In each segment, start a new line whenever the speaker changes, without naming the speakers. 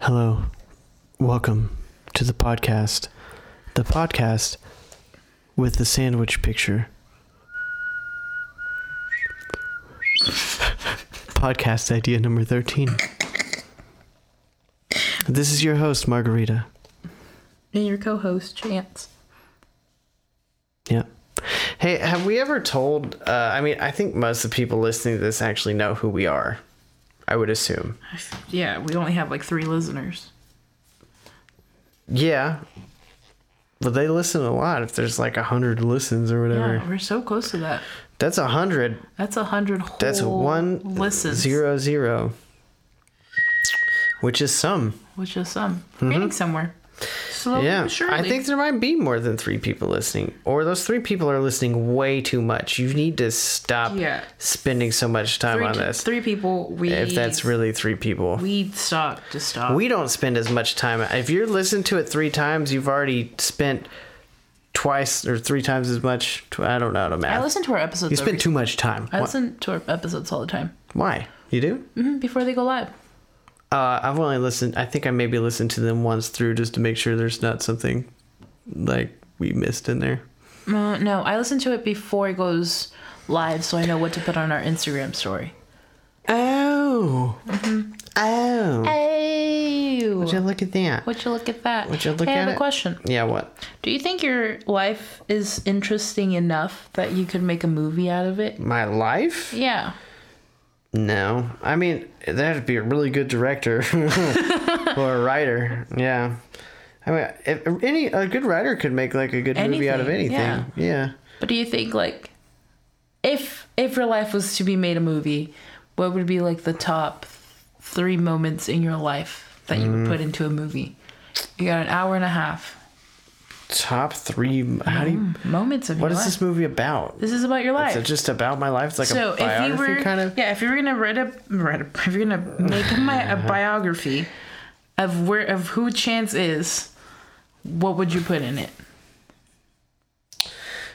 Hello. Welcome to the podcast. The podcast with the sandwich picture. podcast idea number 13. This is your host, Margarita.
And your co host, Chance.
Yeah. Hey, have we ever told? Uh, I mean, I think most of the people listening to this actually know who we are. I would assume.
Yeah, we only have like three listeners.
Yeah. But they listen a lot. If there's like a hundred listens or whatever,
Yeah, we're so close to that.
that's a hundred.
That's a hundred
That's
whole
one
listens,
zero zero, which is some.
which is some. We're Getting somewhere. Slowly
Mm-hmm. Yeah,
but Oh, surely.
I think there might be more than three people listening, or those three people are listening way too much. You need to stop
Yeah.
spending so much time
three,
on
pe-
this.
three people. We
if that's really three people,
we stop to stop.
we don't spend as much time. If you're listening to it three times, you've already spent twice or three times as much. Tw- I don't know how to
I
math.
listen to our episodes.
you spend
every-
too much time.
I
Wh-
listen to our episodes all the time
Why? You do?
hmm before they go live.
Uh, I've only listened. I think I maybe listened to them once through just to make sure there's not something like we missed in there.
Uh, no, I listen to it before it goes live, so I know what to put on our Instagram story.
Oh. Oh. Would you
Hey,
look at that?
would you look at that?
Would you look
hey, I
at
have
it?
a question.
Yeah. What?
Do you think your life is interesting enough that you could make a movie out of it?
My life?
Yeah.
No. I mean, that'd be a really good director or a writer. Yeah. I mean, if any a good writer could make like a good movie out of anything.
Anything,
Yeah.
yeah. But do you think like if if your life was to be made a movie, what would be like the top 3 moments in your life that you
Mm.
would put into a movie? You got an hour and a half
Top three. How do you?
moments of
What
your
is
life.
this movie about?
Mm. This is about your
Is
life.
it just about my life? It's like
so
a
if you
biography
were
kind of.
yeah, if you were gonna write a, write a if you're gonna make my, a biography of where of who Chance is, what would you put in it?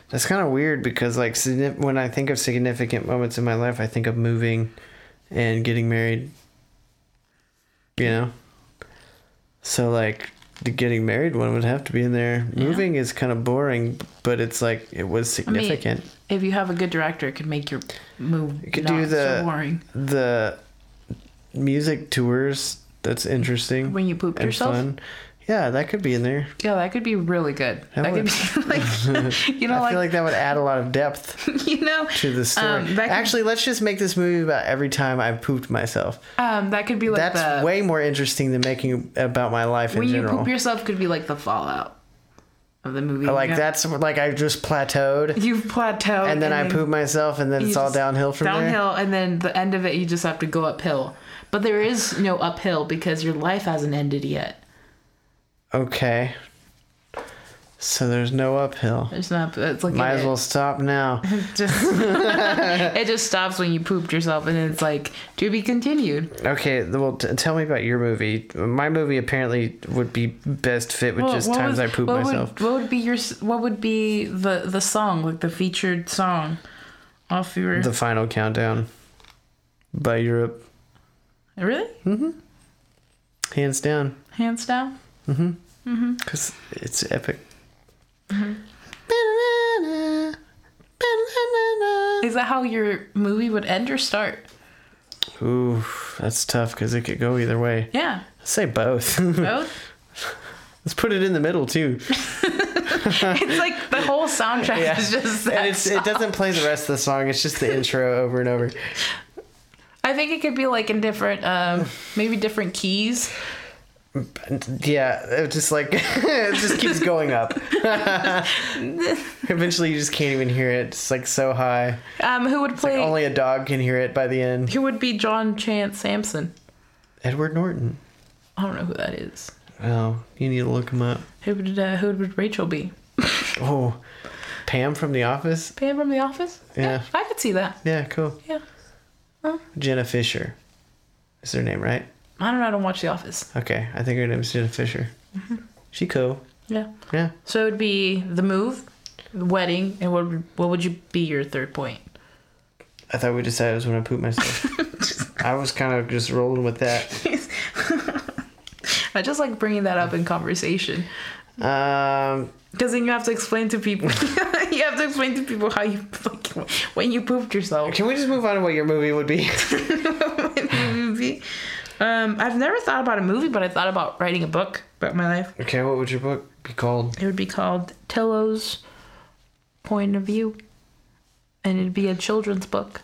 That's kind of weird because like signif- when I think of significant moments in my life, I think of moving and getting married. You know. So like the getting married one would have to be in there. Moving is kind of boring, but it's like it was
I mean,
significant.
if you have a good director, it could make your move
could
not
do the-
so boring.
the music tours that's interesting.
When you pooped
and
yourself?
Yeah, that could be in there.
Yeah, that could be really good. That,
would.
could be like you know,
I
like,
feel like that would add a lot of depth
you know,
to the story.
Um, that could, Actually,
Actually, let's just make this movie about every time I pooped myself.
um, that could be like
That's
the
way more interesting than making about my life in
when you
general.
poop yourself could be like the fallout of the movie.
like
You know?
that's like I just plateaued
You've plateaued,
and then I poop myself and then
you
it's all
just-
downhill from there.
downhill, and then the end of it, you just have to go uphill. But there is no uphill because your life hasn't ended yet.
Okay. So there's no uphill.
It's not. It's like
Might
a-
as well stop now.
just it just stops when you pooped yourself and it's like to be continued
Okay, well, t- tell me about your movie. My movie apparently would be best fit with just times I poop
what
myself.
would, what would be your s- what would be the the song like the featured song off your
The Final Countdown by Europe,
really
hands down,
hands down
because it's epic. Mm-hmm.
is that how your movie would end or start
Ooh, that's tough because it could go either way.
yeah
Say both.
both
Let's put it in the middle too,
it's like the whole soundtrack
Yeah.
is just that
and it's, it doesn't play the rest of the song. It's just the intro over and over.
i think it could be like in different um maybe different keys
Yeah, it just like it just keeps going up. Eventually, you just can't even hear it. It's like so high.
um who would play
Only a dog can hear it by the end.
who would be john chance sampson
Edward Norton.
i don't know who that is
Oh, you need to look him up.
who would uh, who would rachel be
Oh, Pam from The Office.
Pam from The Office?
Yeah.
I could see that.
Yeah, cool.
Yeah.
Jenna Fisher. Is her name right?
I don't know. I don't watch The Office.
Okay, I think her name is Jenna Fisher. She cool.
Yeah.
Yeah.
So it would be the move, the wedding, and what would, what would you be your third point?
I thought we decided it was when I pooped myself. I was kind of just rolling with that.
I just like bringing that up in conversation
Um,
because then you have to explain to people. you have to explain to people how you like, when you pooped yourself.
can we just move on to what your movie would be?
movie. Um, I've never thought about a movie, but I thought about writing a book about my life.
okay, what would your book be called?
It would be called Tello's Point of View, and it'd be a children's book.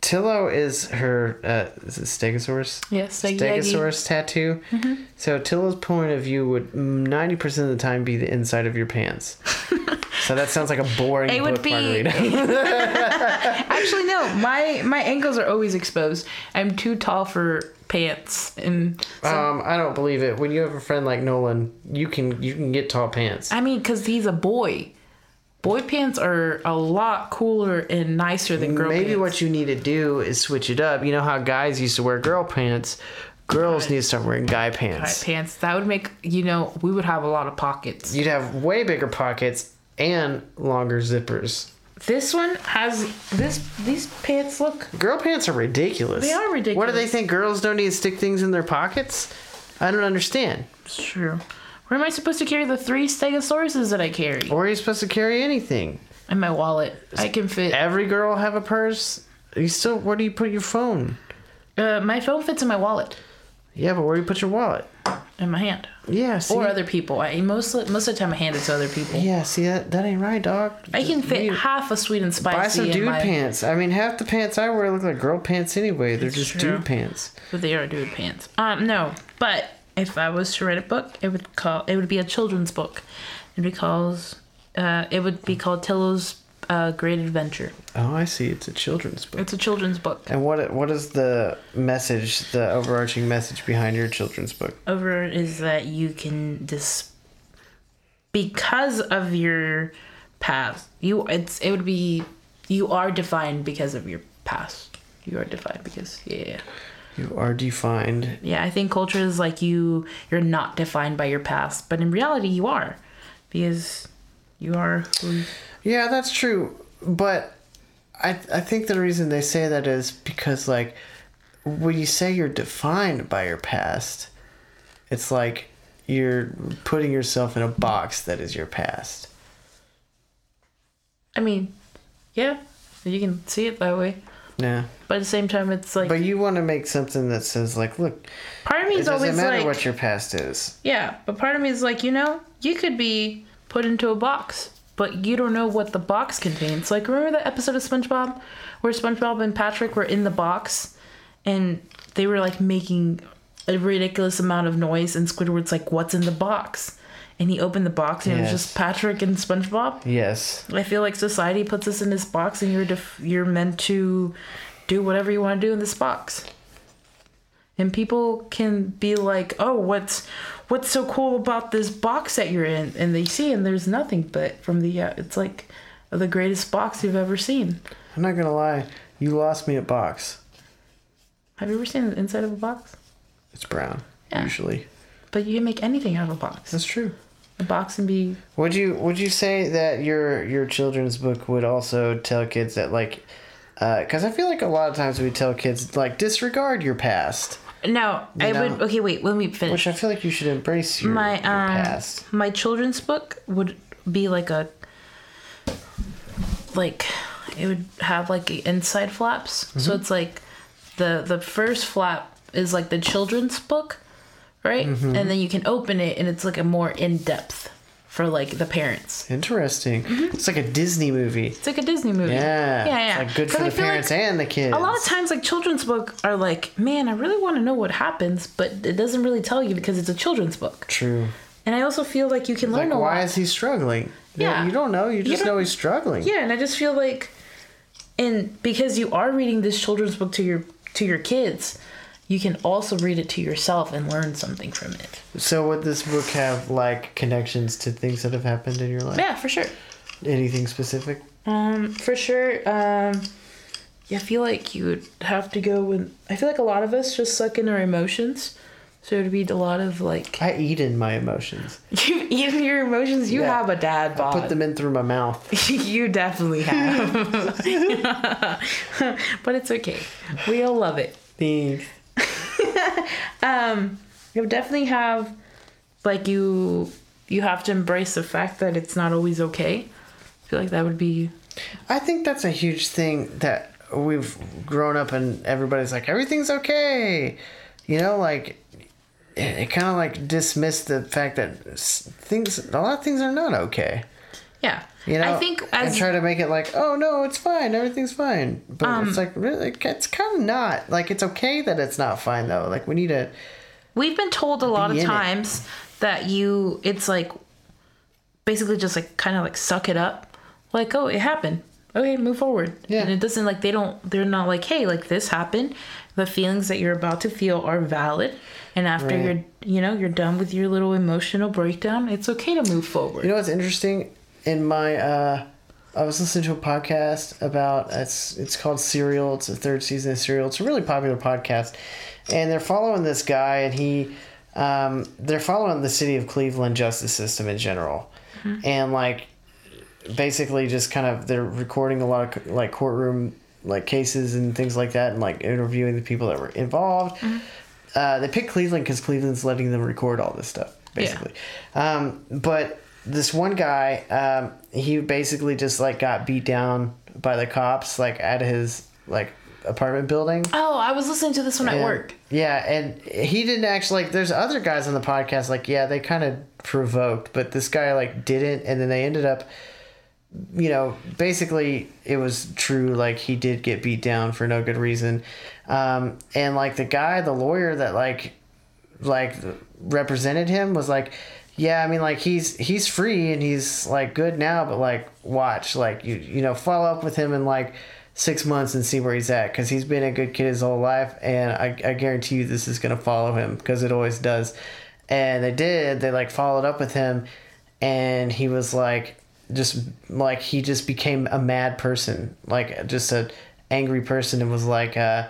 Tillo is her uh, is it Stegosaurus.
Yes,
Stegosaurus tattoo.
Mm-hmm.
So Tillo's point of view would ninety percent of the time be the inside of your pants. so that sounds like a boring
It
book,
would be-
Margarita.
Actually, no. My my ankles are always exposed. I'm too tall for pants, and
um, I don't believe it. When you have a friend like Nolan, you can you can get tall pants.
I mean, cause he's a boy. Boy pants are a lot cooler and nicer than girl
Maybe
pants.
what you need to do is switch it up. You know how guys used to wear girl pants. Girls need to start wearing guy
Guy
pants.
pants that would make you know we would have a lot of pockets.
You'd have way bigger pockets and longer zippers.
This one has this these pants look
Girl pants are ridiculous.
They are
What do they
ridiculous.
think? Girls don't need to stick things in their pockets? I don't understand.
true. Where am I supposed to carry the three stegosauruses that I carry?
Or are you supposed to carry anything?
In my wallet, I can fit.
Every girl have a purse. You still? Where do you put your phone?
Uh, my phone fits in my wallet,
Yeah, but where do you put your wallet?
in my hand,
Yeah, see.
or other people. I most most of the time I hand it to other people.
yeah, see that that ain't right, dog.
I can fit half a sweet and spicy.
Buy some
in
dude
my,
pants. I mean, half the pants I wear look like girl pants anyway. They're just
true.
dude pants.
But they are dude pants. Um, no. But if I was to write a book, it would call it would be a children's book. It would be calls, uh, it would be called Tillo's uh, Great Adventure.
Oh, I see. It's a children's book.
It's a children's book.
And what what is the message? The overarching message behind your children's book?
Over is that you can dis because of your past. You it's it would be you are defined because of your past. You are defined because yeah. yeah.
You are defined.
Yeah, I think culture is like you you're not defined by your past, but in reality you are. Because you are who
Yeah, that's true. But I I think the reason they say that is because like when you say you're defined by your past, it's like you're putting yourself in a box that is your past.
I mean, yeah, you can see it that way.
Yeah.
But at the same time it's like
But you want to make something that says like, look,
part of me
it
is
doesn't
always
matter
like
what your past is.
Yeah, but part of me is like, you know, you could be put into a box, but you don't know what the box contains. Like, remember that episode of SpongeBob where SpongeBob and Patrick were in the box and they were like making a ridiculous amount of noise, and Squidward's like, What's in the box? And he opened the box and it
Yes.
was just Patrick and SpongeBob.
Yes.
I feel like society puts us in this box, and you're def- you're meant to do whatever you want to do in this box. And people can be like, "Oh, what's what's so cool about this box that you're in?" And they see, and there's nothing but from the uh, it's like the greatest box you've ever seen.
I'm not gonna lie, you lost me at box.
Have you ever seen the inside of a box?
It's brown
Yeah.
usually.
But you can make anything out of a box.
That's true.
A box can be
Would you would you say that your your children's book would also tell kids that like, because I feel like a lot of times we tell kids like disregard your past,
no. I
know.
would okay. Wait, let me finish.
which I feel like you should embrace your,
my
your
um,
past.
my children's book would be like a like it would have like inside flaps so
Mm-hmm.
it's like the the first flap is like the children's book right
Mm-hmm.
and then you can open it and it's like a more in-depth for like the parents
Interesting. It's like a Disney movie.
it's like a disney movie
Yeah.
Mm-hmm. yeah, yeah.
It's like good
'Cause
for
I
the
feel like
parents and the kids.
a lot of times like children's book are like man i really want to know what happens but it doesn't really tell you because it's a children's book
True.
and i also feel like you can learn
Like,
a lot
why is he struggling?
Yeah.
You don't know. You just
don't-
know he's struggling.
yeah and i just feel like and because you are reading this children's book to your to your kids you can also read it to yourself and learn something from it
So would this book have like connections to things that have happened in your life?
yeah for sure
Anything specific?
um for sure um yeah, i feel like you would have to go with i feel like a lot of us just suck in our emotions so it would be a lot of like
I eat in my emotions.
you even your emotions you
Yeah.
have a dad bod
Put them in through my mouth.
you definitely have but it's okay we all love it
Thanks.
Um, you definitely have like you you have to embrace the fact that it's not always okay. I feel like that would be
I think that's a huge thing that we've grown up and everybody's like everything's okay, you know, like it, it kind of like dismissed the fact that s- things a lot of things are not okay.
yeah.
You know,
I think
and
as
try to make it like, oh no, it's fine, everything's fine. But it's
Um,
like really, it's kind of not. Like it's okay that it's not fine though. Like we need to.
we've been told a lot
Be
of
in it.
times that you it's like basically just like kind of like suck it up. Like, oh, it happened. Okay, move forward.
Yeah.
And it doesn't like they don't they're not like, hey, like this happened. The feelings that you're about to feel are valid. And after
Right.
you're you know, you're done with your little emotional breakdown, it's okay to move forward.
You know what's interesting? In my, uh, I was listening to a podcast about it's it's called Serial. It's the third season of Serial. It's a really popular podcast, and they're following this guy, and he, um, they're following the city of Cleveland justice system in general, and like, basically just kind of they're recording a lot of like courtroom like cases and things like that, and like interviewing the people that were involved. Uh, they picked Cleveland because Cleveland's letting them record all this stuff, basically. Um, but this one guy, um, he basically just like got beat down by the cops, like at his like apartment building.
Oh, I was listening to this one at
And-
work.
Yeah, and he didn't actually like. There's other guys on the podcast like, yeah, they kind of provoked, but this guy like didn't, and then they ended up, you know, basically it was true. Like he did get beat down for no good reason, um, and like the guy, the lawyer that like, like represented him was like. Yeah, I mean, like he's he's free and he's like good now, but like watch, like you you know follow up with him and like six months and see where he's at because he's been a good kid his whole life and i, I guarantee you this is going to follow him because it always does and they did they like followed up with him and he was like just like he just became a mad person like just a angry person and was like uh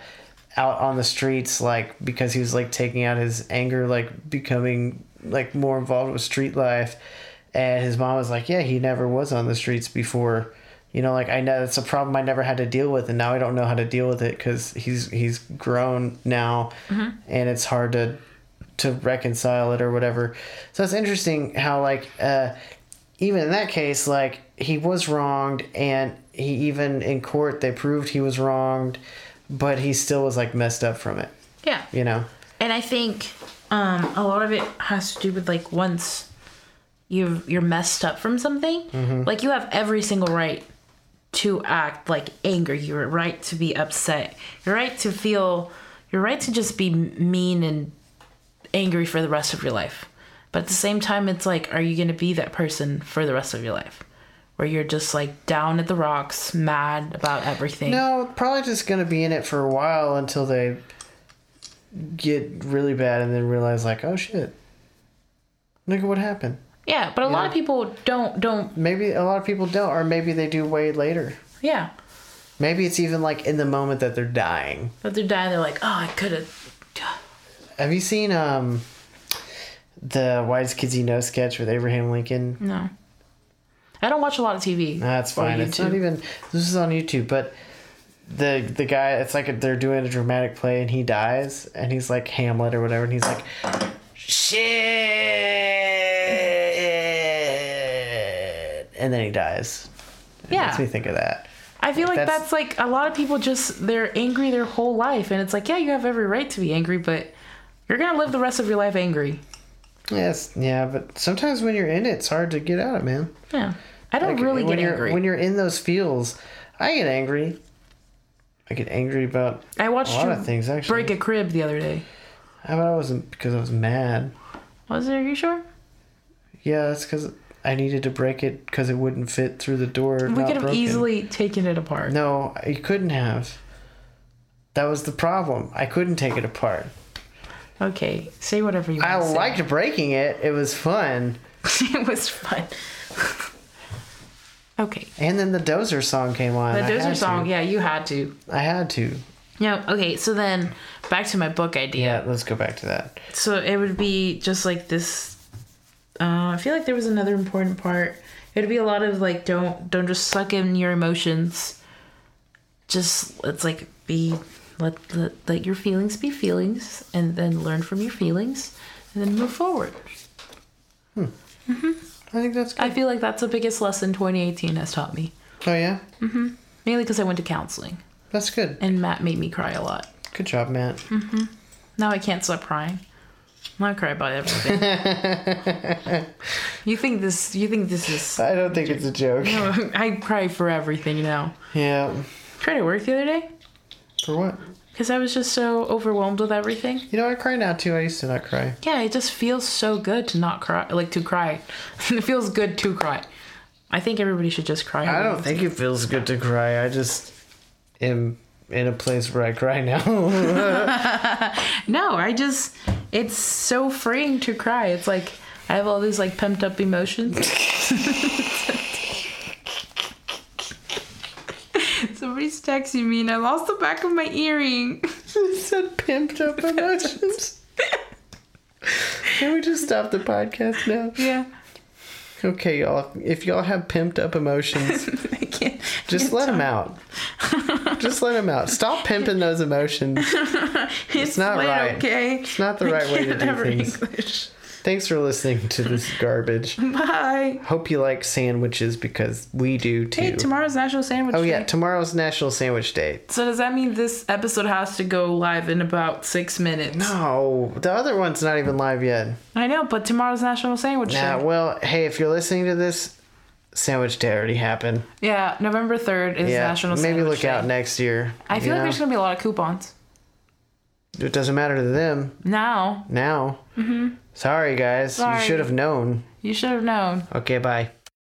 out on the streets like because he was like taking out his anger like becoming like more involved with street life and his mom was like yeah he never was on the streets before you know like i know it's a problem i never had to deal with and now i don't know how to deal with it because he's he's grown now and it's hard to to reconcile it or whatever so it's interesting how like uh even in that case like he was wronged and he even in court they proved he was wronged but he still was like messed up from it
Yeah.
you know
And I think um, a lot of it has to do with like once you you're messed up from something, like you have every single right to act like anger. Your right to be upset. Your right to feel. Your right to just be mean and angry for the rest of your life. But at the same time, it's like, are you going to be that person for the rest of your life? Where you're just like down at the rocks, mad about everything.
No, probably just gonna be in it for a while until they get really bad and then realize like, oh shit, look at what happened.
Yeah, but a lot of people don't don't.
Maybe a lot of people don't, or maybe they do way later.
Yeah,
Maybe it's even like in the moment that they're dying.
But they're dying. They're like, oh, I could have.
Have you seen um the Wise Kids You Know sketch with Abraham Lincoln?
No. I don't watch a lot of TV.
That's
Or
fine. It's not
YouTube.
even. This is on YouTube, but the the guy. It's like they're doing a dramatic play, and he dies, and he's like Hamlet or whatever, and he's like, shit, and then he dies. It
Yeah.
makes me think of that.
I feel like that's,
that's-
like a lot of people just they're angry their whole life and it's like, yeah, you have every right to be angry, but you're going to live the rest of your life angry.
Yes, yeah, but sometimes when you're in it, it's hard to get out of man.
Yeah. I don't
Like,
really
when
get
you're
angry.
when you're in those feels, I get angry. I get angry about
I
a
watched
lot of
you
things actually.
break a crib the other day.
I I wasn't because I was mad.
Was it? Are you sure?
Yeah, that's because I needed to break it because it wouldn't fit through the door.
We could have easily taken it apart.
No, you couldn't have. That was the problem. I couldn't take it apart.
Okay, say whatever you want.
I
to say.
liked breaking it. It was fun.
it was fun. okay,
And then the Dozer song came on.
the
I
Dozer
had
song.
to.
Yeah, you had to.
I had to.
No, okay. So then, back to my book idea.
Yeah, let's go back to that.
So it would be just like this. Uh, I feel like there was another important part. It'd be a lot of like, don't don't just suck in your emotions. Just it's like be let let, let your feelings be feelings, and then learn from your feelings, and then move forward.
I think that's good.
I feel like that's the biggest lesson 2018 has taught me.
oh yeah,
Mainly because I went to counseling
that's good.
and Matt made me cry a lot.
Good job, Matt.
Mm. Now I can't stop crying. Now I cry about everything. you think this? You think this is?
I don't think it's a joke.
I cry for everything now.
Yeah.
Tried to work the other day
For what?
because I was just so overwhelmed with everything.
You know, I cry now too. I used to not cry.
Yeah, it just feels so good to not cry, like to cry. it feels good to cry. I think everybody should just cry.
I don't think it feels good to cry. I just am in a place where I cry now.
No, I just it's so freeing to cry. It's like I have all these like pumped up emotions. Somebody's texting me and I lost the back of my earring.
it said pimped up emotions. Can we just stop the podcast now?
Yeah.
Okay, y'all. If y'all have pimped up emotions,
I can't
just let them out. Just let them out. Stop pimping those emotions.
it's,
not
late,
right.
okay.
It's not the right way to
Can't
do
ever
things.
English.
Thanks for listening to this garbage.
Bye.
Hope you like sandwiches because we do too.
Hey, tomorrow's National Sandwich
oh
Day.
yeah, tomorrow's National Sandwich Day.
So does that mean this episode has to go live in about six minutes?
No, Oh, the other one's not even live yet.
I know, but tomorrow's National Sandwich Day.
Nah, well, hey, if you're listening to this, Sandwich Day already happened.
Yeah, November third is
Yeah,
National
maybe
Sandwich
look
Day.
out next year.
I feel
you
like
know?
there's gonna be a lot of coupons
it doesn't matter to them
now.
now. Mm-hmm. Sorry, guys.
Sorry.
You should have known.
You should have known.
Okay, bye.